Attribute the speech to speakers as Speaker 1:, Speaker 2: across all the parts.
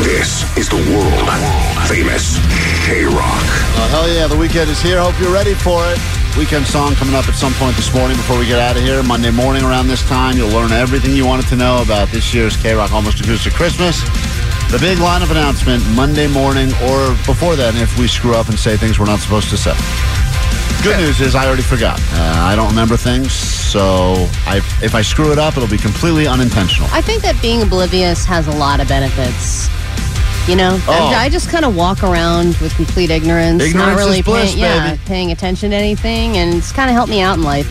Speaker 1: This is the world famous K Rock.
Speaker 2: Oh, hell yeah, the weekend is here. Hope you're ready for it. Weekend song coming up at some point this morning before we get out of here. Monday morning around this time, you'll learn everything you wanted to know about this year's K Rock Almost Acoustic Christmas. The big lineup announcement Monday morning or before then if we screw up and say things we're not supposed to say. Good news is I already forgot. Uh, I don't remember things, so I, if I screw it up, it'll be completely unintentional.
Speaker 3: I think that being oblivious has a lot of benefits. You know,
Speaker 2: Oh.
Speaker 3: I just kind of walk around with complete ignorance,
Speaker 2: Ignorance
Speaker 3: not really
Speaker 2: is bliss,
Speaker 3: paying, yeah,
Speaker 2: baby.
Speaker 3: paying attention to anything, and it's kind of helped me out in life.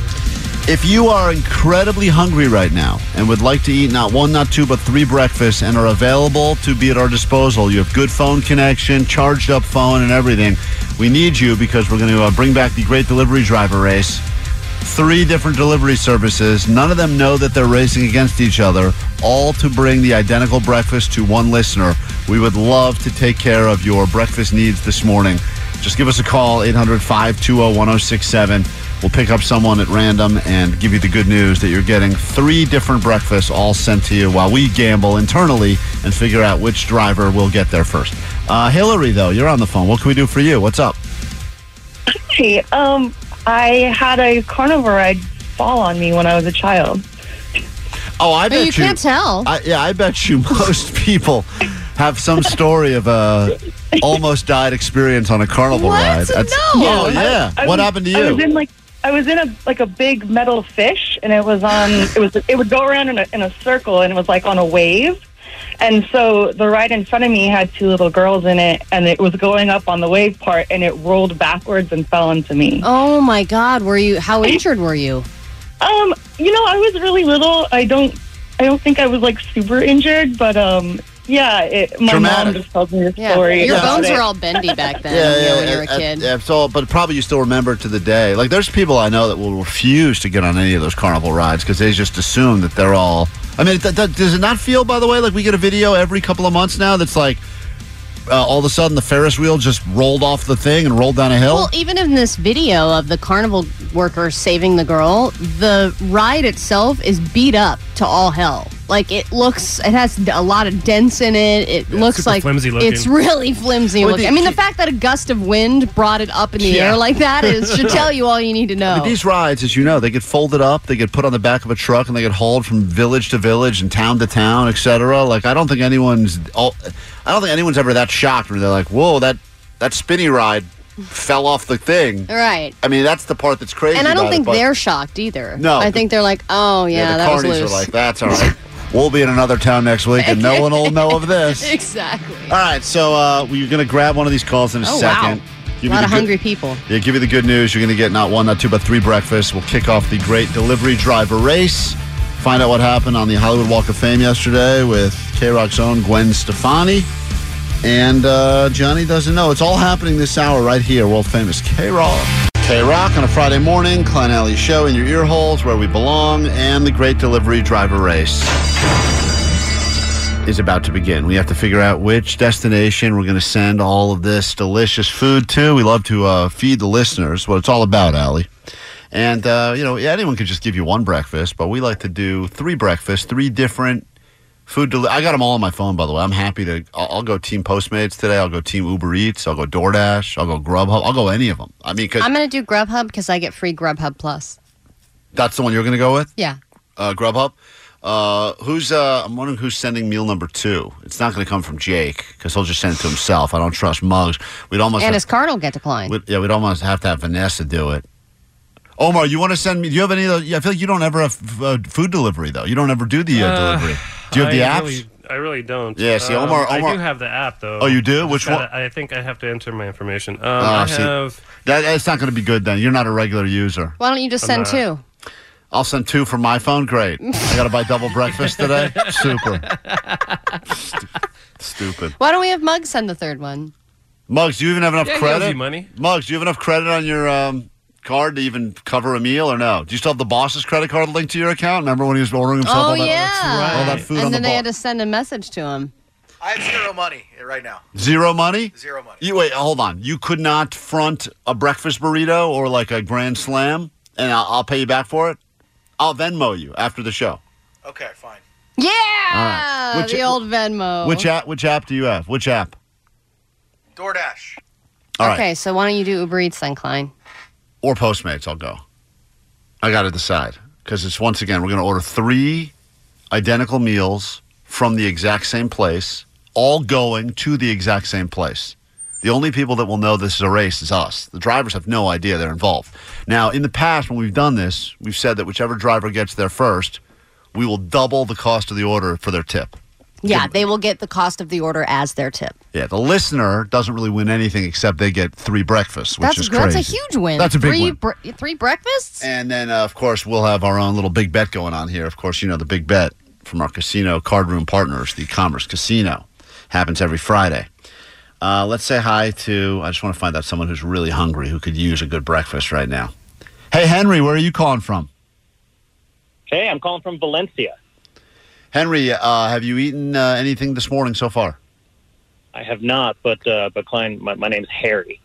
Speaker 2: If you are incredibly hungry right now and would like to eat not one, not two, but three breakfasts and are available to be at our disposal, you have good phone connection, charged up phone, and everything. We need you because we're going to uh, bring back the great delivery driver race. Three different delivery services. None of them know that they're racing against each other, all to bring the identical breakfast to one listener. We would love to take care of your breakfast needs this morning. Just give us a call, 800 520 1067. We'll pick up someone at random and give you the good news that you're getting three different breakfasts all sent to you while we gamble internally and figure out which driver will get there first. Uh, Hillary, though, you're on the phone. What can we do for you? What's up?
Speaker 4: Hey, um, I had a carnivore fall on me when I was a child.
Speaker 2: Oh, I
Speaker 3: But
Speaker 2: bet
Speaker 3: you can't tell.
Speaker 2: I, yeah, I bet you most people have some story of a almost died experience on a carnival ride.
Speaker 3: What? No.
Speaker 2: Oh, yeah.
Speaker 4: I
Speaker 2: what
Speaker 4: was-
Speaker 2: happened to
Speaker 4: I was in
Speaker 2: you?
Speaker 4: like I was in a like a big metal fish, and it was on. it was it would go around in a, in a circle, and it was like on a wave. And so the ride in front of me had two little girls in it, and it was going up on the wave part, and it rolled backwards and fell into me.
Speaker 3: oh my God, were you? How injured were you?
Speaker 4: Um, you know, I was really little. I don't, I don't think I was like super injured, but um, yeah, it, my mom
Speaker 2: Traumatic.
Speaker 4: just told me the
Speaker 3: Yeah,
Speaker 4: story.
Speaker 3: your
Speaker 4: about
Speaker 3: bones
Speaker 4: it.
Speaker 3: were all bendy back then.
Speaker 2: Yeah,
Speaker 3: you
Speaker 2: yeah,
Speaker 3: know, when you were a
Speaker 2: yeah,
Speaker 3: kid.
Speaker 2: yeah, so, but probably you still remember it to the day. Like, there's people I know that will refuse to get on any of those carnival rides because they just assume that they're all. I mean, th- th- does it not feel, by the way, like we get a video every couple of months now that's like uh, all of a sudden the Ferris wheel just rolled off the thing and rolled down a hill?
Speaker 3: Well, even in this video of the carnival worker saving the girl, the ride itself is beat up to all hell. Like it looks, it has a lot of dents in it. It looks
Speaker 5: super
Speaker 3: like
Speaker 5: flimsy looking.
Speaker 3: it's really flimsy
Speaker 2: Well,
Speaker 3: looking.
Speaker 2: the-
Speaker 3: I mean, the fact that a gust of wind brought it up in the
Speaker 5: Yeah.
Speaker 3: air like that is should tell you all you need to know.
Speaker 2: But these rides, as you know, they get folded up, they get put on the back of a truck, and they get hauled from village to village and town to town, etc. Like I don't think anyone's, all, I don't think anyone's ever that shocked where they're like, "Whoa, that that spinny ride fell off the thing."
Speaker 3: right.
Speaker 2: I mean, that's the part that's crazy.
Speaker 3: And I
Speaker 2: about
Speaker 3: don't
Speaker 2: it,
Speaker 3: think
Speaker 2: but-
Speaker 3: they're shocked either.
Speaker 2: No.
Speaker 3: I think they're like, oh yeah,
Speaker 2: the
Speaker 3: that was
Speaker 2: carnies
Speaker 3: loose.
Speaker 2: are like, "That's all right. we'll be in another town next week, and no one will know of this."
Speaker 3: exactly.
Speaker 2: All right, so uh, you're going to grab one of these calls in a
Speaker 3: Oh, wow.
Speaker 2: second.
Speaker 3: A
Speaker 2: Give me
Speaker 3: lot
Speaker 2: the
Speaker 3: of
Speaker 2: good-
Speaker 3: hungry people.
Speaker 2: Yeah, give you the good news. You're going to get not one, not two, but three breakfasts. We'll kick off the great delivery driver race. Find out what happened on the Hollywood Walk of Fame yesterday with K Rock's own Gwen Stefani. And uh, Johnny doesn't know. It's all happening this hour right here, world famous K Rock. K Rock on a Friday morning, Klein Alley Show in your ear holes where we belong, and the great delivery driver race is about to begin. We have to figure out which destination we're going to send all of this delicious food to. We love to uh, feed the listeners what it's all about, Allie. And, uh, you know, anyone could just give you one breakfast, but we like to do three breakfasts, three different food. Deli- I got them all on my phone, by the way. I'm happy to. I'll, I'll go Team Postmates today. I'll go Team Uber Eats. I'll go DoorDash. I'll go Grubhub. I'll go any of them. I mean, because
Speaker 3: I'm gonna do Grubhub because I get free Grubhub Plus.
Speaker 2: that's the one you're going to go with?
Speaker 3: Yeah.
Speaker 2: uh, Grubhub. Uh, who's uh, I'm wondering who's sending meal number two. It's not going to come from Jake because he'll just send it to himself. I don't trust Muggs. We'd almost have-
Speaker 3: and his card will get declined.
Speaker 2: We'd, yeah, we'd almost have to have Vanessa do it. Omar, you want to send me? Do you have any of those? yeah, I feel like you don't ever have f- uh, food delivery, though. You don't ever do the uh,
Speaker 5: Uh,
Speaker 2: delivery. Do you have the
Speaker 5: I
Speaker 2: apps?
Speaker 5: Really, I really don't. Um,
Speaker 2: Yeah, see, Omar-
Speaker 5: I
Speaker 2: Omar-
Speaker 5: do have the app though.
Speaker 2: Oh, you do?
Speaker 5: I
Speaker 2: Which
Speaker 5: gotta-
Speaker 2: one?
Speaker 5: I think I have to enter my information. Um,
Speaker 2: Ah,
Speaker 5: I
Speaker 2: see.
Speaker 5: have.
Speaker 2: That, that's not going to be good then. You're not a regular user.
Speaker 3: Why don't you just send two?
Speaker 2: I'll send two from my phone. Great. I got to buy double breakfast today. Super. Stu- Stupid.
Speaker 3: Why don't we have Mug send the third one?
Speaker 2: Muggs, do you even have enough
Speaker 5: Yeah, he owes
Speaker 2: credit?
Speaker 5: you money.
Speaker 2: Muggs, do you have enough credit on your um, card to even cover a meal or no? Do you still have the boss's credit card linked to your account? Remember when he was ordering himself
Speaker 3: Oh
Speaker 2: all that,
Speaker 3: yeah,
Speaker 2: all that food on
Speaker 3: and
Speaker 2: the
Speaker 3: then they
Speaker 2: ball?
Speaker 3: had to send a message to him.
Speaker 6: I have zero money right now.
Speaker 2: Zero money?
Speaker 6: Zero money.
Speaker 2: You wait, hold on. You could not front a breakfast burrito or like a grand slam, and I'll, I'll pay you back for it. I'll Venmo you after the show.
Speaker 6: Okay, fine.
Speaker 3: Yeah,
Speaker 2: right. Which-
Speaker 3: the old Venmo.
Speaker 2: Which app? Which app do you have? Which app?
Speaker 6: DoorDash.
Speaker 2: All right.
Speaker 3: okay, so why don't you do Uber Eats then, Klein?
Speaker 2: Or Postmates. I'll go. I got to decide because it's once again we're going to order three identical meals from the exact same place, all going to the exact same place. The only people that will know this is a race is us. The drivers have no idea they're involved. Now, in the past, when we've done this, we've said that whichever driver gets there first, we will double the cost of the order for their tip.
Speaker 3: Yeah, they will get the cost of the order as their tip.
Speaker 2: Yeah, the listener doesn't really win anything except they get three breakfasts, which
Speaker 3: That's
Speaker 2: is crazy.
Speaker 3: that's a huge win.
Speaker 2: That's a big
Speaker 3: three
Speaker 2: win.
Speaker 3: bre- three breakfasts.
Speaker 2: And then, uh, of course, we'll have our own little big bet going on here. Of course, you know the big bet from our casino card room partners, the Commerce Casino, happens every Friday. Uh, let's say hi to. I just want to find out someone who's really hungry who could use a good breakfast right now. Hey, Henry, where are you calling from?
Speaker 7: Hey, I'm calling from Valencia.
Speaker 2: Henry, uh, have you eaten uh, anything this morning so far?
Speaker 7: I have not, but uh, but Klein, my, my name's Harry.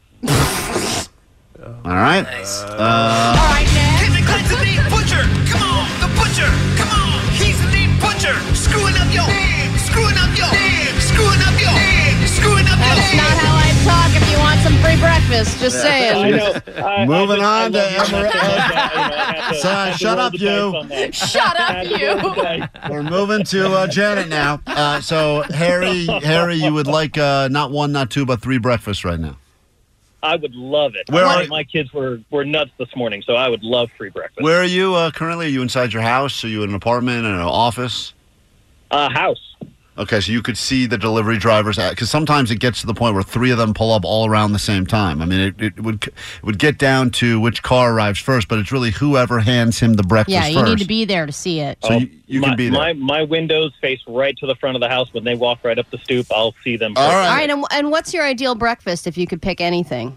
Speaker 2: All right.
Speaker 6: All right, now. the name Butcher. Come on, the Butcher. Come on. He's the name Butcher. Screwing up your name. Screwing up your name. Screwing up your name. Screwing up your
Speaker 3: That's not how I talk. If you want some free breakfast, just
Speaker 7: I
Speaker 3: saying.
Speaker 7: know. I,
Speaker 2: Moving
Speaker 7: I
Speaker 2: on
Speaker 7: just- I love you
Speaker 2: to Emerald-
Speaker 7: so much, but, you know, I had to-
Speaker 2: Son,
Speaker 7: I had to
Speaker 2: shut
Speaker 7: roll
Speaker 2: up,
Speaker 7: the
Speaker 2: you.
Speaker 7: dice on that.
Speaker 3: Shut
Speaker 7: I
Speaker 3: up,
Speaker 7: had to roll
Speaker 3: you.
Speaker 7: the dice.
Speaker 2: We're moving to uh, Janet now. Uh, so, Harry, Harry, you would like uh, not one, not two, but three breakfasts right now.
Speaker 7: I would love it.
Speaker 2: Where
Speaker 7: my,
Speaker 2: are-
Speaker 7: my kids were, were nuts this morning, so I would love free breakfast.
Speaker 2: Where are you uh, currently? Are you inside your house? Are you in an apartment, in an office?
Speaker 7: Uh, house.
Speaker 2: Okay, so you could see the delivery drivers because sometimes it gets to the point where three of them pull up all around the same time. I mean, it, it would it would get down to which car arrives first, but it's really whoever hands him the breakfast
Speaker 3: Yeah, you
Speaker 2: first.
Speaker 3: need to be there to see it.
Speaker 2: so
Speaker 7: Oh,
Speaker 2: you, you
Speaker 7: my,
Speaker 2: can be there.
Speaker 7: My, my windows face right to the front of the house. When they walk right up the stoop, I'll see them.
Speaker 2: All
Speaker 3: All
Speaker 2: right.
Speaker 3: right, and, and what's your ideal breakfast if you could pick anything?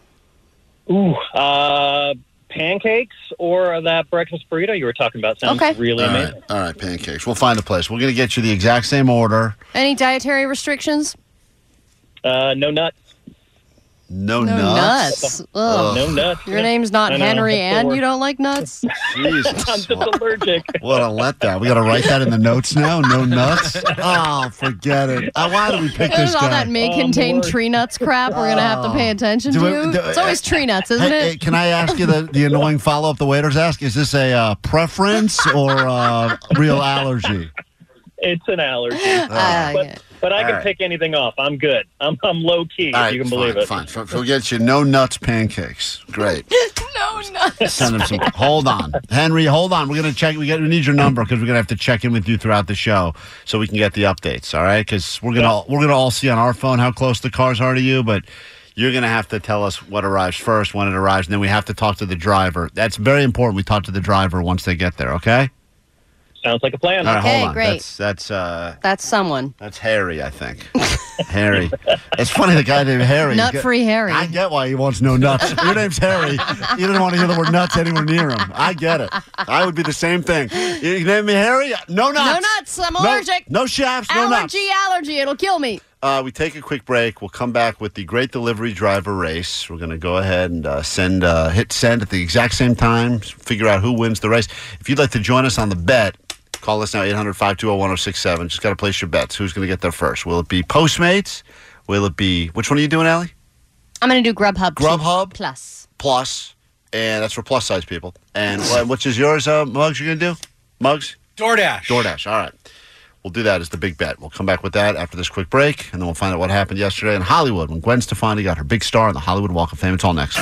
Speaker 7: Ooh, uh, pancakes or that breakfast burrito you were talking about sounds
Speaker 3: Okay.
Speaker 7: really
Speaker 2: all
Speaker 7: amazing.
Speaker 2: right, all right, pancakes. We'll find a place. We're gonna get you the exact same order.
Speaker 3: Any dietary restrictions?
Speaker 7: Uh, no nuts.
Speaker 2: No,
Speaker 3: No nuts. Ugh.
Speaker 7: No nuts.
Speaker 3: Your name's not
Speaker 7: I know,
Speaker 3: Henry,
Speaker 7: that's the
Speaker 3: and
Speaker 7: word.
Speaker 3: you don't like nuts.
Speaker 7: I'm
Speaker 2: Jesus.
Speaker 7: just allergic.
Speaker 2: What a letdown. We got to write that in the notes now. No nuts. Oh, forget it. Uh, why did we pick this
Speaker 3: There's all
Speaker 2: guy?
Speaker 3: that may
Speaker 7: Oh,
Speaker 3: contain
Speaker 7: Lord.
Speaker 3: tree nuts crap. We're gonna have to pay attention
Speaker 2: uh, Oh. Do
Speaker 3: to.
Speaker 2: it- do-
Speaker 3: it's always tree nuts, isn't
Speaker 2: Hey, hey,
Speaker 3: it?
Speaker 2: can I ask you the, the annoying follow up the waiters ask? Is this a uh, preference or uh, real allergy?
Speaker 7: It's an allergy.
Speaker 2: uh,
Speaker 3: Ah,
Speaker 7: but,
Speaker 3: yeah.
Speaker 7: but I can
Speaker 2: All right.
Speaker 7: pick anything off. I'm good. I'm, I'm low key, if you can
Speaker 2: fine,
Speaker 7: believe it.
Speaker 2: fine. F- We'll get you no nuts pancakes. Great.
Speaker 3: no nuts.
Speaker 2: Send him some. Hold on, Henry. Hold on. We're gonna check. We, got, we need your number because we're gonna have to check in with you throughout the show so we can get the updates. All right? Because we're gonna we're gonna all see on our phone how close the cars are to you, but you're gonna have to tell us what arrives first, when it arrives, and then we have to talk to the driver. That's very important. We talk to the driver once they get there. Okay.
Speaker 7: Sounds like a plan.
Speaker 2: All right,
Speaker 3: Okay,
Speaker 2: hold on.
Speaker 3: great.
Speaker 2: That's that's uh
Speaker 3: That's someone.
Speaker 2: that's Harry, I think. Harry. It's funny the guy named Harry.
Speaker 3: Nut free Harry.
Speaker 2: I get why he wants no nuts. Your name's Harry. You didn't want to hear the word nuts anywhere near him. I get it. I would be the same thing. You you name me Harry? No
Speaker 3: no
Speaker 2: nuts.
Speaker 3: nuts. I'm
Speaker 2: No-
Speaker 3: allergic.
Speaker 2: No, shafts, no nuts.
Speaker 3: allergy, allergy. It'll kill me.
Speaker 2: Uh, we take a quick break. We'll come back with the great delivery driver race. We're going to go ahead and uh, send uh, hit send at the exact same time, figure out who wins the race. If you'd like to join us on the bet, call us now 800 520 1067. Just got to place your bets. Who's going to get there first? Will it be Postmates? Will it be, which one are you doing, Allie?
Speaker 3: I'm gonna do Grubhub.
Speaker 2: Grubhub?
Speaker 3: Plus.
Speaker 2: Plus, and that's for plus size people. And wh- which is yours, uh, Mugs, you're going to do? Mugs?
Speaker 8: DoorDash.
Speaker 2: DoorDash. All right. We'll do that as the big bet. We'll come back with that after this quick break, and then we'll find out what happened yesterday in Hollywood when Gwen Stefani got her big star on the Hollywood Walk of Fame. It's all next.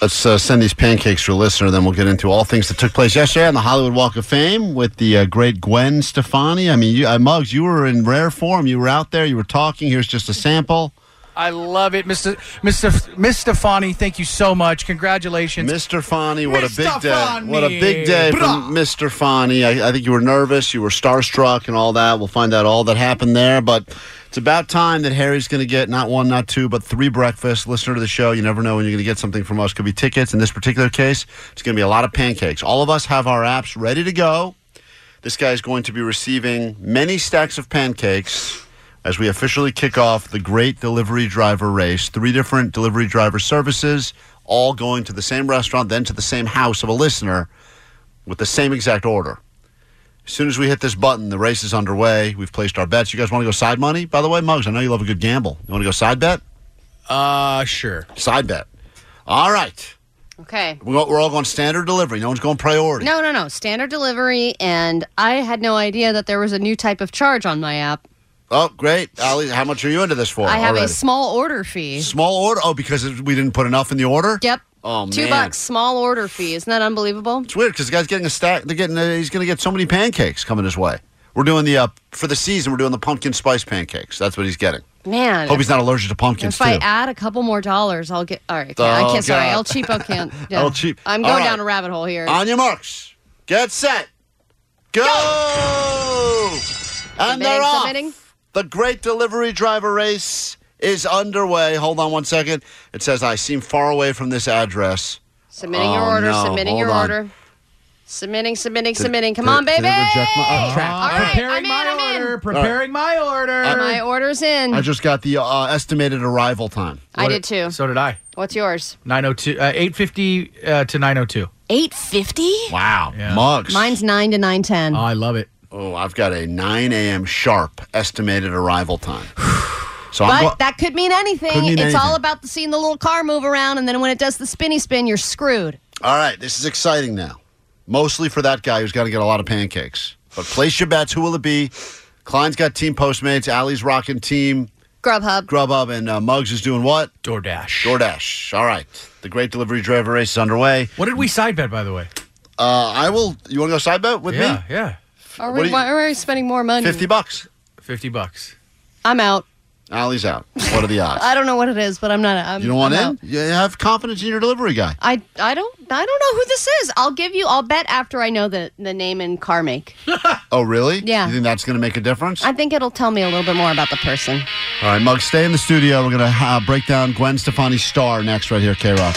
Speaker 2: Let's uh, send these pancakes to a listener, then we'll get into all things that took place yesterday on the Hollywood Walk of Fame with the uh, great Gwen Stefani. I mean, you, uh, Muggs, you were in rare form. You were out there. You were talking. Here's just a sample.
Speaker 8: I love it, Mr. Mr. Miss Stefani. Thank you so much. Congratulations.
Speaker 2: Mr. Fani, what a
Speaker 8: Mr.
Speaker 2: big day. What a big
Speaker 8: Fani.
Speaker 2: day for
Speaker 8: Brah.
Speaker 2: Mr. Fani. I, I think you were nervous, you were starstruck, and all that. We'll find out all that happened there. But it's about time that Harry's going to get not one, not two, but three breakfasts. Listener to the show, you never know when you're going to get something from us. Could be tickets. In this particular case, it's going to be a lot of pancakes. All of us have our apps ready to go. This guy is going to be receiving many stacks of pancakes as we officially kick off the great delivery driver race. Three different delivery driver services, all going to the same restaurant, then to the same house of a listener with the same exact order. As soon as we hit this button, the race is underway. We've placed our bets. You guys want to go side money? By the way, Muggs, I know you love a good gamble. You want to go side bet?
Speaker 8: Uh, sure.
Speaker 2: Side bet. All right.
Speaker 3: Okay.
Speaker 2: We're all we're all going standard delivery. No one's going priority.
Speaker 3: No, no, no. Standard delivery, and I had no idea that there was a new type of charge on my app.
Speaker 2: Oh, great. Ali, how much are you into this for?
Speaker 3: I have a
Speaker 2: already?
Speaker 3: small order fee.
Speaker 2: Small order? Oh, because it- we didn't put enough in the order?
Speaker 3: Yep.
Speaker 2: Oh,
Speaker 3: Two
Speaker 2: man.
Speaker 3: bucks, small order fee. Isn't that unbelievable?
Speaker 2: It's weird because the guy's getting a stack. They're getting. A, he's going to get so many pancakes coming his way. We're doing the uh, for the season. We're doing the pumpkin spice pancakes. That's what he's getting.
Speaker 3: Man.
Speaker 2: Hope he's not allergic to pumpkins
Speaker 3: if
Speaker 2: too.
Speaker 3: I add a couple more dollars, I'll get. All right. okay, I
Speaker 2: Oh,
Speaker 3: can't. Sorry.
Speaker 2: God.
Speaker 3: El Cheapo can't. Yeah.
Speaker 2: El Cheap-
Speaker 3: I'm
Speaker 2: All
Speaker 3: going
Speaker 2: right.
Speaker 3: down a rabbit hole here.
Speaker 2: On your marks, get set, go! And
Speaker 3: Submitting,
Speaker 2: they're off.
Speaker 3: submitting.
Speaker 2: The great delivery driver race is underway. Hold on one second. It says I seem far away from this address.
Speaker 3: Submitting
Speaker 2: Oh,
Speaker 3: your order.
Speaker 2: no,
Speaker 3: Submitting your
Speaker 2: hold on.
Speaker 3: order. Submitting, submitting,
Speaker 2: Did-
Speaker 3: submitting. Come
Speaker 2: did-
Speaker 3: on,
Speaker 2: did it
Speaker 3: baby.
Speaker 2: reject my- oh, crap.
Speaker 3: All right, I'm in, I'm in.
Speaker 8: Preparing my order.
Speaker 3: My order's in.
Speaker 2: I just got the uh, estimated arrival time.
Speaker 3: I
Speaker 8: What-
Speaker 3: did too.
Speaker 8: Uh, So did I.
Speaker 3: What's yours?
Speaker 8: 902 uh, 850 uh, to 902.
Speaker 3: Eight fifty.
Speaker 2: Wow,
Speaker 8: Yeah.
Speaker 2: mugs.
Speaker 3: Mine's nine to nine ten.
Speaker 8: Oh, I love it.
Speaker 2: Oh, I've got a 9 a.m. sharp estimated arrival time. So
Speaker 3: But
Speaker 2: I'm go-
Speaker 3: that could mean anything.
Speaker 2: Could mean
Speaker 3: it's all
Speaker 2: anything.
Speaker 3: about the seeing the little car move around, and then when it does the spinny spin, you're screwed.
Speaker 2: all right. This is exciting now, mostly for that guy who's got to get a lot of pancakes. But place your bets. Who will it be? Klein's got Team Postmates. Allie's rocking Team
Speaker 3: Grubhub.
Speaker 2: Grubhub, and uh, Muggs is doing what?
Speaker 8: DoorDash.
Speaker 2: DoorDash. All right. The great delivery driver race is underway.
Speaker 8: What did we side bet, by the way?
Speaker 2: Uh, I will. You want to go side bet with
Speaker 8: yeah, yeah.
Speaker 3: Are
Speaker 2: What do
Speaker 3: we,
Speaker 2: you-
Speaker 3: why are we spending more money?
Speaker 2: me? Fifty bucks.
Speaker 8: 50 bucks.
Speaker 3: I'm out.
Speaker 2: Allie's out. What are the odds?
Speaker 3: I don't know what it is, but I'm not. I'm,
Speaker 2: you don't want
Speaker 3: I'm
Speaker 2: in?
Speaker 3: out.
Speaker 2: You have confidence in your delivery guy.
Speaker 3: I I don't I don't know who this is. I'll give you. I'll bet after I know the the name and car make.
Speaker 2: Oh, really?
Speaker 3: Yeah.
Speaker 2: You think that's going to make a difference?
Speaker 3: I think it'll tell me a little bit more about the person.
Speaker 2: All right, Mug, stay in the studio. We're going to uh, break down Gwen Stefani's star next, right here, K Rock.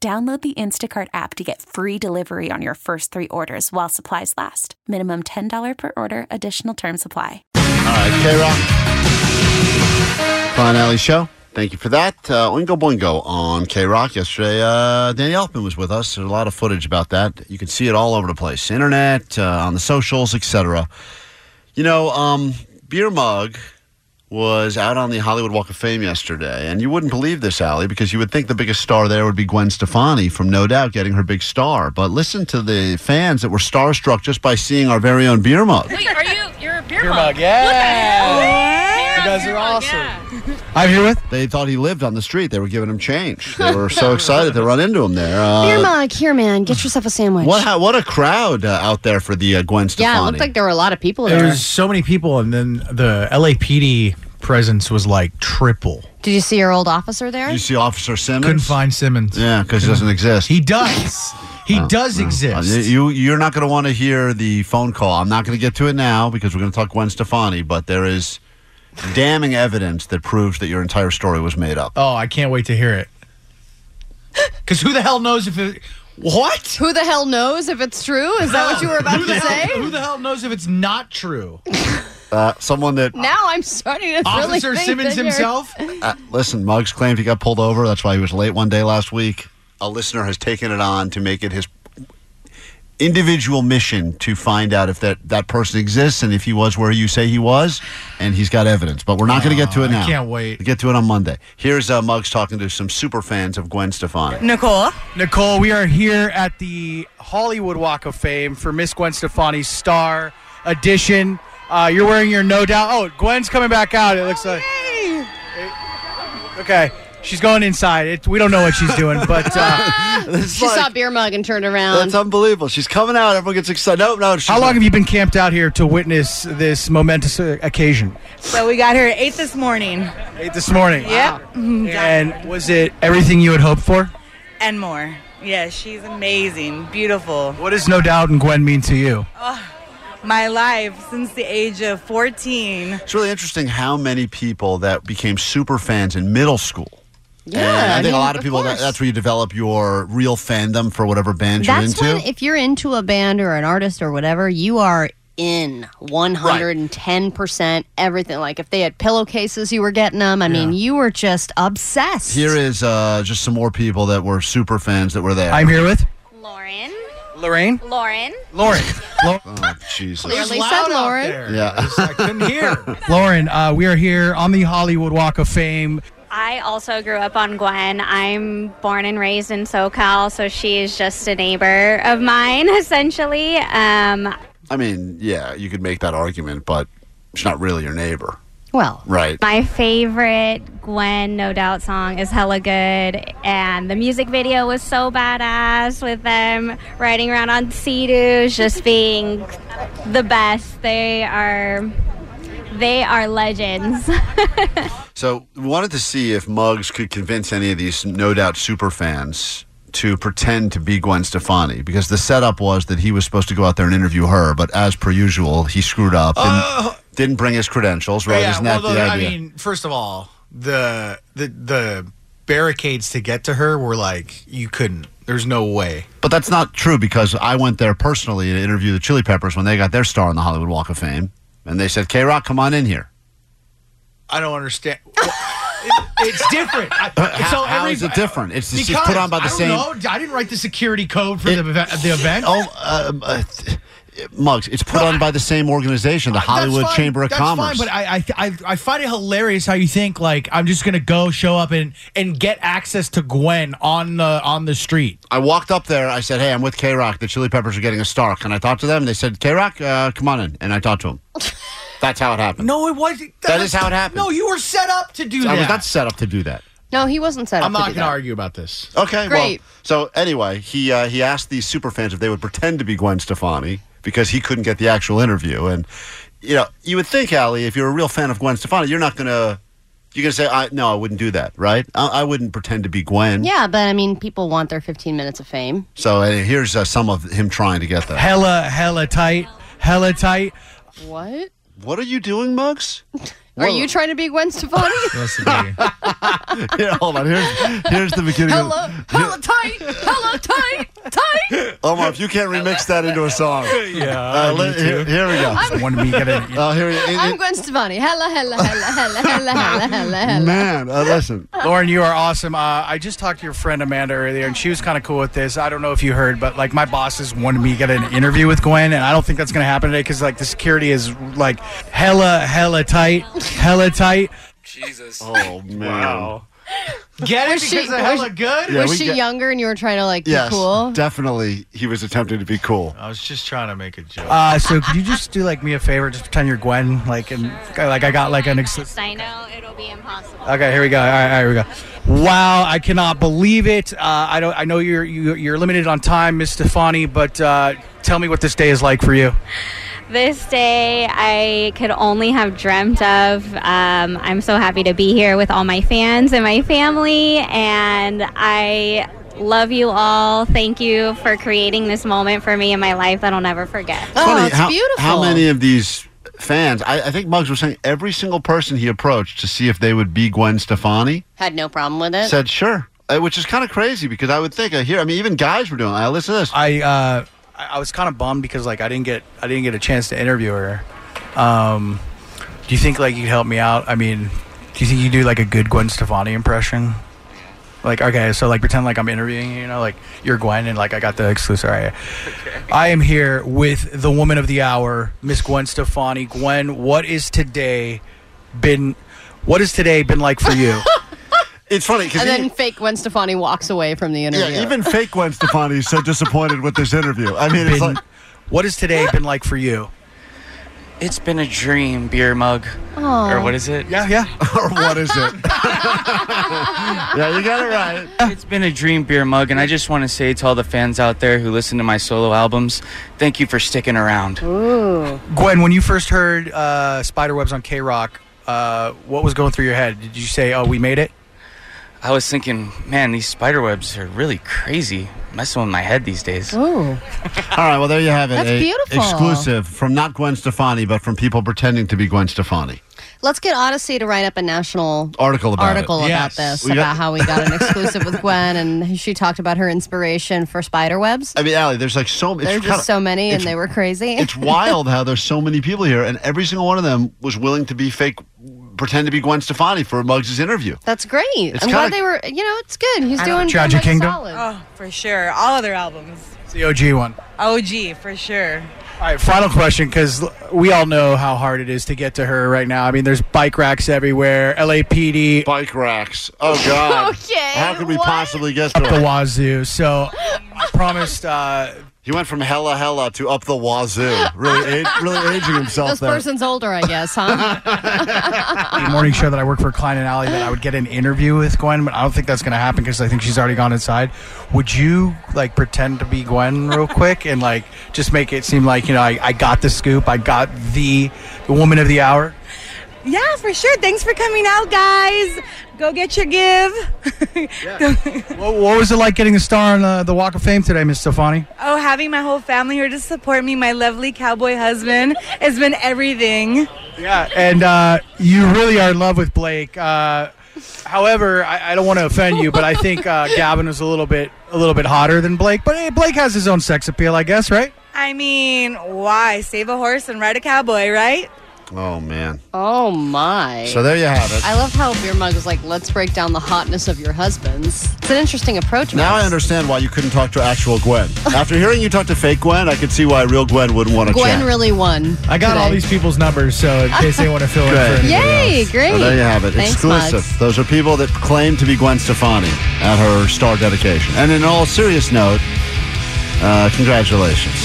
Speaker 9: Download the Instacart app to get free delivery on your first three orders while supplies last. Minimum $10 per order, additional term supply.
Speaker 2: All right, K Rock. Fine Alley Show. Thank you for that. Uh, Oingo Boingo on K Rock yesterday. Uh, Danny Elfman was with us. There's a lot of footage about that. You can see it all over the place internet, uh, on the socials, etc. You know, um, Beer Mug was out on the Hollywood Walk of Fame yesterday, and you wouldn't believe this, Allie, because you would think the biggest star there would be Gwen Stefani from No Doubt getting her big star. But listen to the fans that were starstruck just by seeing our very own Beer Mug.
Speaker 10: Wait, are you? You're a beer,
Speaker 8: Beer
Speaker 10: mug.
Speaker 8: mug, yeah.
Speaker 10: You're a
Speaker 8: You guys
Speaker 10: beer
Speaker 8: are
Speaker 10: mug,
Speaker 8: awesome.
Speaker 10: yeah.
Speaker 8: I'm here with
Speaker 2: They thought he lived on the street. They were giving him change. They were so excited to run into him there. Uh,
Speaker 3: Here, mug. Here, man. Get yourself a sandwich.
Speaker 2: what ha- what a crowd uh, out there for the uh, Gwen Stefani.
Speaker 3: Yeah, it looked like there were a lot of people there.
Speaker 8: There was so many people, and then the LAPD presence was like triple.
Speaker 3: Did you see your old officer there?
Speaker 2: you see Officer Simmons.
Speaker 8: Couldn't find Simmons.
Speaker 2: Yeah, because he doesn't exist.
Speaker 8: He does. He does exist.
Speaker 2: Uh, you you're not going to want to hear the phone call. I'm not going to get to it now because we're going to talk Gwen Stefani. But there is damning evidence that proves that your entire story was made up.
Speaker 8: oh, I can't wait to hear it. Because who the hell knows if it, What?
Speaker 3: Who the hell knows if it's true? Is that what you were about
Speaker 8: Who
Speaker 3: to
Speaker 8: the
Speaker 3: say?
Speaker 8: hell- who the hell knows if it's not true?
Speaker 2: Uh, someone that
Speaker 3: Now I'm starting to really
Speaker 8: Officer
Speaker 3: think that
Speaker 8: Simmons
Speaker 3: you're-
Speaker 8: himself?
Speaker 2: Uh, listen, Muggs claimed he got pulled over. That's why he was late one day last week. A listener has taken it on to make it his individual mission to find out if that, that person exists and if he was where you say he was. And he's got evidence. But we're not going to get to it
Speaker 8: Oh, I
Speaker 2: now.
Speaker 8: can't wait.
Speaker 2: We'll get to it on Monday. Here's uh, Muggs talking to some super fans of Gwen Stefani.
Speaker 11: Nicole.
Speaker 8: Nicole, we are here at the Hollywood Walk of Fame for Miss Gwen Stefani's Star Edition. Uh, you're wearing your no doubt. Oh, Gwen's coming back out. It looks like. Okay, she's going inside. It, we don't know what she's doing, but uh,
Speaker 3: She saw a beer mug and turned around.
Speaker 2: That's unbelievable. She's coming out. Everyone gets excited. No, no. She's
Speaker 8: how long have you been camped out here to witness this momentous uh, occasion?
Speaker 11: So we got here at 8 this morning.
Speaker 8: Eight this morning.
Speaker 11: Yep.
Speaker 8: And was it everything you had hoped for?
Speaker 11: And more. Yeah, she's amazing, beautiful.
Speaker 8: What does No Doubt and Gwen mean to you?
Speaker 11: My life since the age of 14.
Speaker 2: It's really interesting how many people that became super fans in middle school.
Speaker 3: Yeah,
Speaker 2: And I
Speaker 3: I
Speaker 2: think a
Speaker 3: mean,
Speaker 2: lot of
Speaker 3: of
Speaker 2: people, that,
Speaker 3: course.
Speaker 2: that's where you develop your real fandom for whatever band you're
Speaker 3: That's
Speaker 2: into.
Speaker 3: when, if you're into a band or an artist or whatever, you are in 110% everything. Like if they had pillowcases, you were getting them. I mean, you were just obsessed.
Speaker 2: Here is uh, just some more people that were super fans that were there.
Speaker 8: I'm here with
Speaker 12: Lauren.
Speaker 8: Lorraine.
Speaker 12: Lauren.
Speaker 8: Lauren. Lo-
Speaker 2: Oh, Jesus.
Speaker 12: Clearly said Lauren.
Speaker 2: Yeah.
Speaker 8: I couldn't hear. Lauren, uh, we are here on the Hollywood Walk of Fame.
Speaker 12: I also grew up on Gwen. I'm born and raised in SoCal, so she is just a neighbor of mine, essentially. Um,
Speaker 2: I mean, yeah, you could make that argument, but she's not really your neighbor.
Speaker 3: Well,
Speaker 2: Right.
Speaker 12: my favorite Gwen No Doubt song is Hella Good, and the music video was so badass with them riding around on Sea-Doos, just being the best. They are. They are legends.
Speaker 2: So we wanted to see if Muggs could convince any of these no doubt super fans to pretend to be Gwen Stefani because the setup was that he was supposed to go out there and interview her, but as per usual, he screwed up and didn't bring his credentials, right? Isn't that
Speaker 13: Uh, well,
Speaker 2: the
Speaker 13: though,
Speaker 2: idea?
Speaker 13: I mean, first of all, the the the barricades to get to her were like you couldn't. There's no way.
Speaker 2: But that's not true because I went there personally to interview the Chili Peppers when they got their star on the Hollywood Walk of Fame. And they said, K Rock, come on in here.
Speaker 13: I don't understand. It- it's different. I,
Speaker 2: how- how is it different? It's- it's just put on by the
Speaker 13: Because, I don't know. I didn't write the security code for the event. The event.
Speaker 2: Oh, um, uh, th- Muggs, it's put on by the same organization, the Hollywood
Speaker 8: That's fine.
Speaker 2: Chamber of
Speaker 8: That's Fine,
Speaker 2: Commerce.
Speaker 8: but I, I, I, I find it hilarious how you think like I'm just gonna go show up and and get access to Gwen on the on the street.
Speaker 2: I walked up there. I said, "Hey, I'm with K Rock. The Chili Peppers are getting a star. Can I talk to them?" They said, "K Rock, uh, come on in." And I talked to him. That's how it happened.
Speaker 8: No, it wasn't.
Speaker 2: That is how it happened.
Speaker 8: No, you were set up to do
Speaker 2: I was
Speaker 8: that.
Speaker 2: not set up to do that.
Speaker 3: No, he wasn't set up.
Speaker 13: I'm not
Speaker 3: to do
Speaker 13: gonna
Speaker 3: that.
Speaker 13: argue about this.
Speaker 2: Okay,
Speaker 3: Great.
Speaker 2: well, so anyway, he uh, he asked these super fans if they would pretend to be Gwen Stefani because he couldn't get the actual interview. And you know, you would think, Allie, if you're a real fan of Gwen Stefani, you're not gonna you're gonna say, I, "No, I wouldn't do that," right? I, I wouldn't pretend to be Gwen.
Speaker 3: Yeah, but I mean, people want their 15 minutes of fame.
Speaker 2: So uh, here's uh, some of him trying to get that.
Speaker 8: hella hella tight, hella tight.
Speaker 3: What?
Speaker 2: What are you doing, Muggs?
Speaker 3: Are you trying to be Gwen Stefani?
Speaker 2: Here, hold on. Here's, here's the beginning. of-
Speaker 3: hello, hello, tight, hello, tight, tight.
Speaker 2: Omar, if you can't remix that into a song.
Speaker 8: Yeah,
Speaker 2: Uh,
Speaker 8: I
Speaker 2: let-
Speaker 8: need to.
Speaker 2: here, here we go.
Speaker 8: Just wanted me to get it.
Speaker 2: Oh, here we go.
Speaker 3: I'm Gwen Stefani. Hello, hello, hello, hello, hello, hello, hello, hello.
Speaker 2: Man, uh, listen.
Speaker 8: Lauren, you are awesome. Uh, I just talked to your friend Amanda earlier, and she was kind of cool with this. I don't know if you heard, but like my bosses wanted me to get an interview with Gwen, and I don't think that's going to happen today because like the security is like hella, hella tight, hella tight.
Speaker 14: Jesus.
Speaker 2: Oh man.
Speaker 5: Wow.
Speaker 8: Get it
Speaker 3: Was she-
Speaker 8: because of
Speaker 3: was-
Speaker 8: hella good.
Speaker 2: Yeah, we
Speaker 3: was she
Speaker 2: get-
Speaker 3: younger and you were trying to like
Speaker 2: Yes,
Speaker 3: be cool?
Speaker 2: definitely. He was attempting to be cool.
Speaker 13: I was just trying to make a joke.
Speaker 8: Uh, so could you just do like me a favor? Just pretend you're Gwen, like and like I got like an. Ex-
Speaker 12: I know it'll be impossible.
Speaker 8: okay, here we go. All right, all right, here we go. Wow, I cannot believe it. Uh, I don't. I know you're you, you're limited on time, Miss Stefani, but uh, tell me what this day is like for you.
Speaker 12: This day I could only have dreamt of. Um, I'm so happy to be here with all my fans and my family, and I love you all. Thank you for creating this moment for me in my life that I'll never forget.
Speaker 3: Oh,
Speaker 2: Funny how, How many of these fans? I, I think Muggs was saying every single person he approached to see if they would be Gwen Stefani
Speaker 3: Had no problem with it.
Speaker 2: said sure. Uh, which is kind of crazy because I would think I hear. I mean, even guys were doing. I listen to this.
Speaker 8: I uh, I I was kind of bummed because like I didn't get I didn't get a chance to interview her. Um, do you think like you could help me out? I mean, do you think you do like a good Gwen Stefani impression? Like okay, so like pretend like I'm interviewing you, you know, like you're Gwen, and like I got the exclusive. All right, I am here with the woman of the hour, Miss Gwen Stefani. Gwen, what is today been? What has today been like for you?
Speaker 2: it's funny
Speaker 3: And then fake Gwen Stefani walks away from the interview.
Speaker 2: yeah, even fake Gwen Stefani is so disappointed with this interview. I mean, it's
Speaker 8: Been-
Speaker 2: like
Speaker 8: what has today been like for you?
Speaker 14: It's been a dream, beer mug.
Speaker 3: Aw.
Speaker 14: Or what is it?
Speaker 8: Yeah, yeah.
Speaker 2: or what is it? yeah, you got it right.
Speaker 14: It's been a dream, beer mug, and I just want to say to all the fans out there who listen to my solo albums, thank you for sticking around.
Speaker 3: Ooh.
Speaker 8: Gwen, when you first heard uh, Spiderwebs on K Rock, uh, what was going through your head? Did you say, "Oh, we made it"?
Speaker 14: I was thinking, man, these spider webs are really crazy, messing with my head these days.
Speaker 3: Ooh.
Speaker 2: All right, well there you have it.
Speaker 3: That's
Speaker 2: A
Speaker 3: beautiful.
Speaker 2: Exclusive from not Gwen Stefani, but from people pretending to be Gwen Stefani.
Speaker 3: Let's get Odyssey to write up a national
Speaker 2: Article about it.
Speaker 3: article about
Speaker 2: Yes.
Speaker 3: this,
Speaker 2: We got-
Speaker 3: about how we got an exclusive with Gwen, and she talked about her inspiration for spider webs.
Speaker 2: I mean, Allie, there's like so many.
Speaker 3: There were just so many, and they were crazy.
Speaker 2: It's wild how there's so many people here, and every single one of them was willing to be fake, pretend to be Gwen Stefani for Muggs' interview.
Speaker 3: That's great.
Speaker 2: It's
Speaker 3: I'm glad
Speaker 2: kinda-
Speaker 3: they were. You know, it's good. He's
Speaker 2: I
Speaker 3: doing
Speaker 2: don't- Tragic
Speaker 3: pretty much
Speaker 2: Kingdom?
Speaker 3: Solid.
Speaker 11: Oh, for sure. All other albums.
Speaker 8: It's the OG one.
Speaker 11: OG, for sure.
Speaker 8: All right, final question because we all know how hard it is to get to her right now. I mean, there's bike racks everywhere. LAPD
Speaker 2: bike racks. Oh God.
Speaker 3: okay.
Speaker 2: How could we possibly guess
Speaker 8: up the
Speaker 2: that?
Speaker 8: wazoo. So I promised. Uh,
Speaker 2: He went from hella hella to up the wazoo. Really, a- really aging himself
Speaker 3: This
Speaker 2: there.
Speaker 3: person's older, I guess, huh?
Speaker 8: the morning show that I work for, Klein and Alley, that I would get an interview with Gwen, but I don't think that's going to happen because I think she's already gone inside. Would you like pretend to be Gwen real quick and like just make it seem like you know I, I got the scoop, I got the the woman of the hour?
Speaker 11: Yeah, for sure. Thanks for coming out, guys. Go get your give.
Speaker 8: What, what was it like getting a star on uh, the Walk of Fame today, Miss Stefani?
Speaker 11: oh, having my whole family here to support me, my lovely cowboy husband, has been everything.
Speaker 8: Yeah, and uh, you really are in love with Blake. Uh, however, I, I don't want to offend you, but I think uh, Gavin was a little bit a little bit hotter than Blake. But hey, Blake has his own sex appeal, I guess, right?
Speaker 11: I mean, why? Save a horse and ride a cowboy, right?
Speaker 2: Oh man.
Speaker 3: oh my!
Speaker 2: So there you have it.
Speaker 3: I love how Beer Mug was like, "Let's break down the hotness of your husbands." It's an interesting approach.
Speaker 2: Now
Speaker 3: Max.
Speaker 2: I understand why you couldn't talk to actual Gwen. After hearing you talk to fake Gwen, I could see why real Gwen wouldn't want to
Speaker 3: Gwen
Speaker 2: chat.
Speaker 3: really won.
Speaker 8: I got all
Speaker 3: today.
Speaker 8: these people's numbers, so in case they want to fill in for
Speaker 2: Great.
Speaker 8: anybody
Speaker 3: Yay!
Speaker 8: else.
Speaker 3: Great.
Speaker 2: Well, there you have it.
Speaker 3: Thanks,
Speaker 2: Exclusive.
Speaker 3: Mugs.
Speaker 2: Those are people that claim to be Gwen Stefani at her star dedication. And in all serious note, uh, congratulations.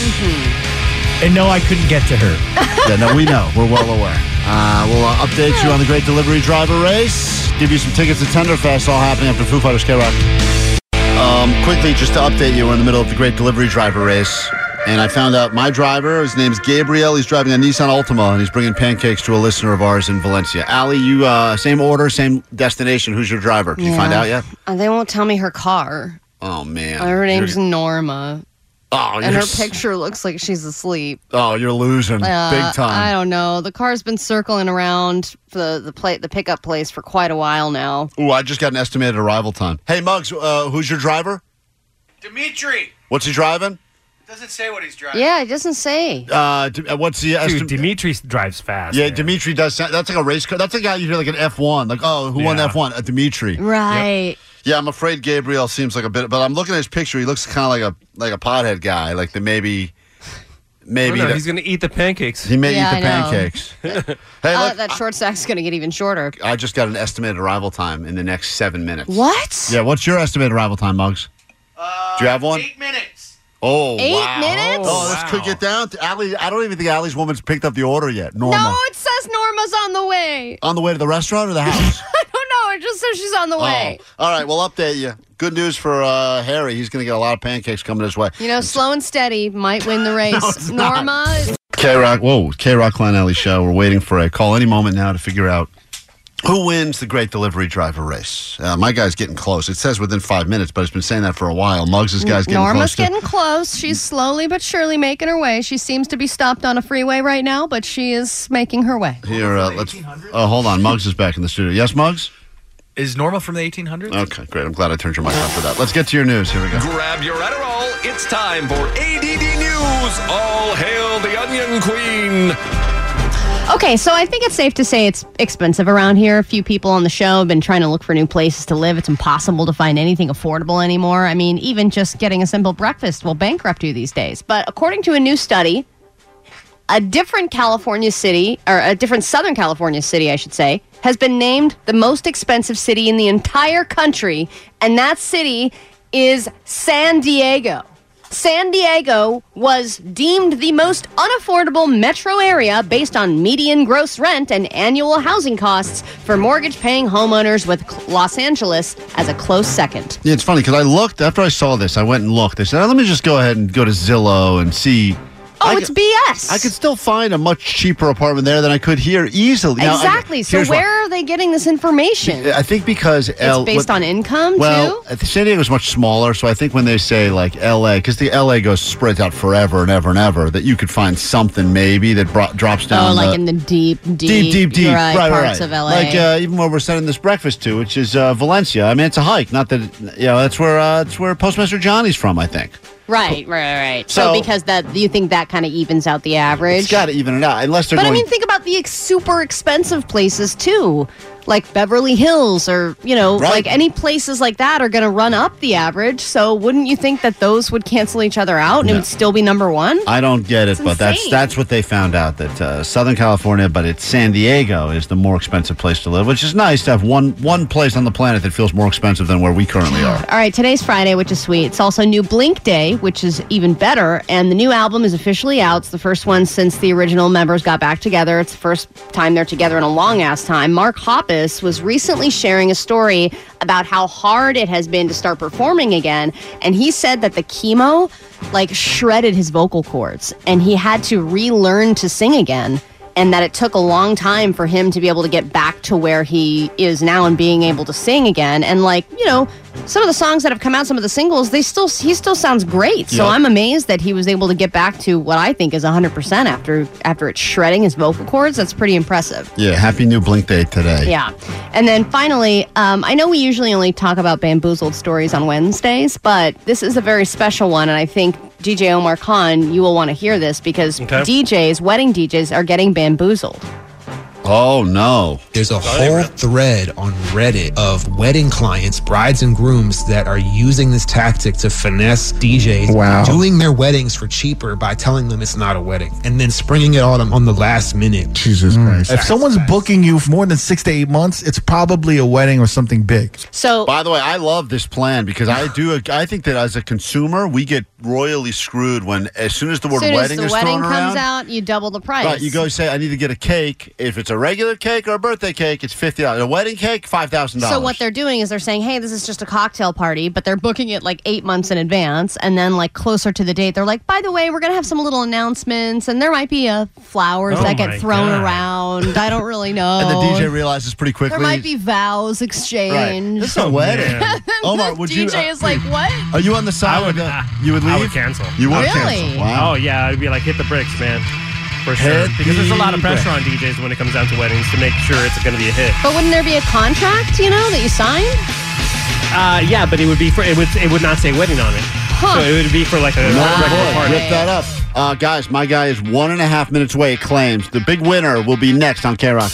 Speaker 8: And no, I couldn't get to her.
Speaker 2: yeah, no, we know. We're well aware. Uh, we'll uh, update you on the Great Delivery Driver Race. Give you some tickets to Tenderfest, all happening after Foo Fighters K Rock. Um, quickly, just to update you, we're in the middle of the Great Delivery Driver Race. And I found out my driver, his name's Gabriel. He's driving a Nissan Altima, and he's bringing pancakes to a listener of ours in Valencia. Allie, you uh, same order, same destination. Who's your driver? Did you find
Speaker 3: Yeah.
Speaker 2: out yet?
Speaker 3: Uh, they won't tell me her car.
Speaker 2: Oh man,
Speaker 3: Uh, her name's
Speaker 2: You're-
Speaker 3: Norma,
Speaker 2: oh,
Speaker 3: and
Speaker 2: you're
Speaker 3: her
Speaker 2: s-
Speaker 3: picture looks like she's asleep.
Speaker 2: Oh, you're losing
Speaker 3: Uh,
Speaker 2: big time.
Speaker 3: I don't know. The car's been circling around the the plate the pickup place for quite a while now.
Speaker 2: Ooh, I just got an estimated arrival time. Hey, Muggs, uh, who's your driver?
Speaker 8: Dimitri
Speaker 2: What's he driving?
Speaker 8: doesn't say what he's driving.
Speaker 3: Yeah, it doesn't say.
Speaker 2: Uh, d- uh, what's the estimate?
Speaker 15: Dimitri drives fast.
Speaker 2: Yeah, Dimitri does. Sound, that's like a race car. That's a guy you hear like an F one. Like, oh, who won
Speaker 15: Yeah.
Speaker 2: F one? A Dimitri.
Speaker 3: Right.
Speaker 2: Yeah, I'm afraid Gabriel seems like a bit, but I'm looking at his picture. He looks kind of like a like a pothead guy. Like the maybe, maybe
Speaker 15: Oh, no,
Speaker 2: the-
Speaker 15: he's going to eat the pancakes.
Speaker 2: he may
Speaker 3: Yeah,
Speaker 2: eat the
Speaker 3: I know.
Speaker 2: pancakes. hey,
Speaker 3: uh,
Speaker 2: look,
Speaker 3: that short stack's going to get even shorter.
Speaker 2: I just got an estimated arrival time in the next seven minutes.
Speaker 3: What?
Speaker 2: Yeah, what's your estimated arrival time, Muggs? Do you have one? Uh, Eight minutes. Oh,
Speaker 3: Eight
Speaker 2: wow.
Speaker 3: minutes?
Speaker 2: Oh, this could get down to Allie. I don't even think Allie's woman's picked up the order yet. Norma.
Speaker 3: No, it says Norma's on the way.
Speaker 2: On the way to the restaurant or the house?
Speaker 3: I don't know. It just says she's on the way.
Speaker 2: Oh. All right, we'll update you. Good news for uh, Harry. He's going to get a lot of pancakes coming his way.
Speaker 3: You know, slow and steady might win the race. Norma is
Speaker 2: K Rock, whoa, K Rock Klein Alley Show. We're waiting for a call any moment now to figure out who wins the Great Delivery Driver race. Uh, my guy's getting close. It says within five minutes, but it's been saying that for a while. Muggs' guy's getting close.
Speaker 3: Norma's
Speaker 2: to-
Speaker 3: getting close. She's slowly but surely making her way. She seems to be stopped on a freeway right now, but she is making her way.
Speaker 2: Here, uh, let's. Oh, hold on. Muggs is back in the studio. Yes, Muggs?
Speaker 13: is normal from the 1800s?
Speaker 2: Okay, great. I'm glad I turned your mic on for that. Let's get to your news. Here we go.
Speaker 16: Grab your Adderall. It's time for ADD News. All hail the Onion Queen.
Speaker 3: Okay, so I think it's safe to say it's expensive around here. A few people on the show have been trying to look for new places to live. It's impossible to find anything affordable anymore. I mean, even just getting a simple breakfast will bankrupt you these days. But according to a new study, a different California city, or a different Southern California city, I should say, has been named the most expensive city in the entire country, and that city is San Diego. San Diego was deemed the most unaffordable metro area based on median gross rent and annual housing costs for mortgage paying homeowners, with Cl- Los Angeles as a close second.
Speaker 2: Yeah, it's funny because I looked after I saw this. I went and looked. I said, "Oh, "Let me just go ahead and go to Zillow and see."
Speaker 3: Oh,
Speaker 2: I
Speaker 3: it's
Speaker 2: could-
Speaker 3: BS.
Speaker 2: I could still find a much cheaper apartment there than I could here easily. Now, I-
Speaker 3: exactly. so,
Speaker 2: here's why.
Speaker 3: where are they getting this information?
Speaker 2: I think because L-
Speaker 3: it's based
Speaker 2: what-
Speaker 3: on income, too?
Speaker 2: Well, I think San Diego's much smaller, so I think when they say like L.A., because the L.A. goes spreads out forever and ever and ever, that you could find something maybe that bro- drops down.
Speaker 3: Oh, like
Speaker 2: the-
Speaker 3: in the deep, deep,
Speaker 2: deep, deep, deep,
Speaker 3: right, parts of LA.
Speaker 2: Like uh, even where we're sending this breakfast to, which is uh, Valencia. I mean, it's a hike. Not that you know, that's where uh, that's where Postmaster Johnny's from. I think.
Speaker 3: right, right, right. So,
Speaker 2: So-
Speaker 3: because that you think that kind of evens out the average.
Speaker 2: It's got to even it out, unless they're.
Speaker 3: but I
Speaker 2: going,
Speaker 3: mean, think about the ex- super expensive places too, like Beverly Hills or you know,
Speaker 2: Right.
Speaker 3: like any places like that are going to run up the average. So wouldn't you think that those would cancel each other out and it
Speaker 2: No.
Speaker 3: would still be number one?
Speaker 2: I don't get it,
Speaker 3: It's
Speaker 2: but that's
Speaker 3: insane.
Speaker 2: that's what they found out that uh, Southern California, but it's San Diego is the more expensive place to live, which is nice to have one one place on the planet that feels more expensive than where we currently are.
Speaker 3: All right, today's Friday, which is sweet. It's also New Blink Day, which is even better. And the new album is officially out. It's the first one since the original members got back together. It's the first time they're together in a long ass time. Mark Hoppus was recently sharing a story about how hard it has been to start performing again. And he said that the chemo, like, shredded his vocal cords and he had to relearn to sing again and that it took a long time for him to be able to get back to where he is now and being able to sing again. And like you know, some of the songs that have come out, some of the singles, they still he still sounds great. So
Speaker 17: Yeah.
Speaker 3: I'm amazed that he was able to get back to what I think is 100 percent after after it's shredding his vocal cords. That's pretty impressive.
Speaker 2: Yeah, happy new Blink Day today.
Speaker 3: Yeah. And then finally, um, I know we usually only talk about bamboozled stories on Wednesdays, but this is a very special one. And I think DJ Omar Khan, you will want to hear this because
Speaker 2: Okay.
Speaker 3: DJs, wedding DJs, are getting bamboozled.
Speaker 2: Oh no.
Speaker 18: There's a whole thread on Reddit of wedding clients, brides and grooms that are using this tactic to finesse DJs
Speaker 19: Wow.
Speaker 18: doing their weddings for cheaper by telling them it's not a wedding and then springing it on them on the last minute. Jesus Christ.
Speaker 19: If someone's booking you for more than six to eight months, it's probably a wedding or something big.
Speaker 3: So,
Speaker 2: by the way, I love this plan because I do. I think that as a consumer, we get royally screwed when, as soon as the word
Speaker 3: soon
Speaker 2: wedding
Speaker 3: as the
Speaker 2: is
Speaker 3: wedding
Speaker 2: thrown
Speaker 3: comes
Speaker 2: around,
Speaker 3: out, you double the price.
Speaker 2: Right, you go say, I need to get a cake. If it's a regular cake or a birthday cake, it's fifty dollars. A wedding cake, five thousand
Speaker 3: So
Speaker 2: dollars.
Speaker 3: what they're doing is they're saying, "Hey, this is just a cocktail party," but they're booking it like eight months in advance, and then like closer to the date, they're like, "By the way, we're gonna have some little announcements, and there might be uh, flowers
Speaker 2: Oh
Speaker 3: that
Speaker 2: my
Speaker 3: get thrown
Speaker 2: God.
Speaker 3: around. I don't really know."
Speaker 2: and the DJ realizes pretty quickly.
Speaker 3: there might be vows exchanged.
Speaker 2: This is a wedding. Omar, would you? uh,
Speaker 3: DJ is like, "What?"
Speaker 2: Are you on the side? with the- you would leave.
Speaker 5: I would cancel.
Speaker 2: You would
Speaker 3: Really?
Speaker 2: cancel. Wow.
Speaker 5: Oh yeah, I'd be like hit the bricks, man. For sure,
Speaker 2: Hit
Speaker 5: because there's a lot of
Speaker 2: the
Speaker 5: pressure on DJs when it comes down to weddings to make sure it's going to be a hit.
Speaker 3: But wouldn't there be a contract, you know, that you sign?
Speaker 5: Uh, yeah, but it would be for it would it would not say wedding on it,
Speaker 3: Huh.
Speaker 5: so it would be for like a
Speaker 2: No,
Speaker 5: regular
Speaker 2: boy,
Speaker 5: party.
Speaker 2: Rip that up, uh, guys. My guy is one and a half minutes away. It claims the big winner will be next on K Rock.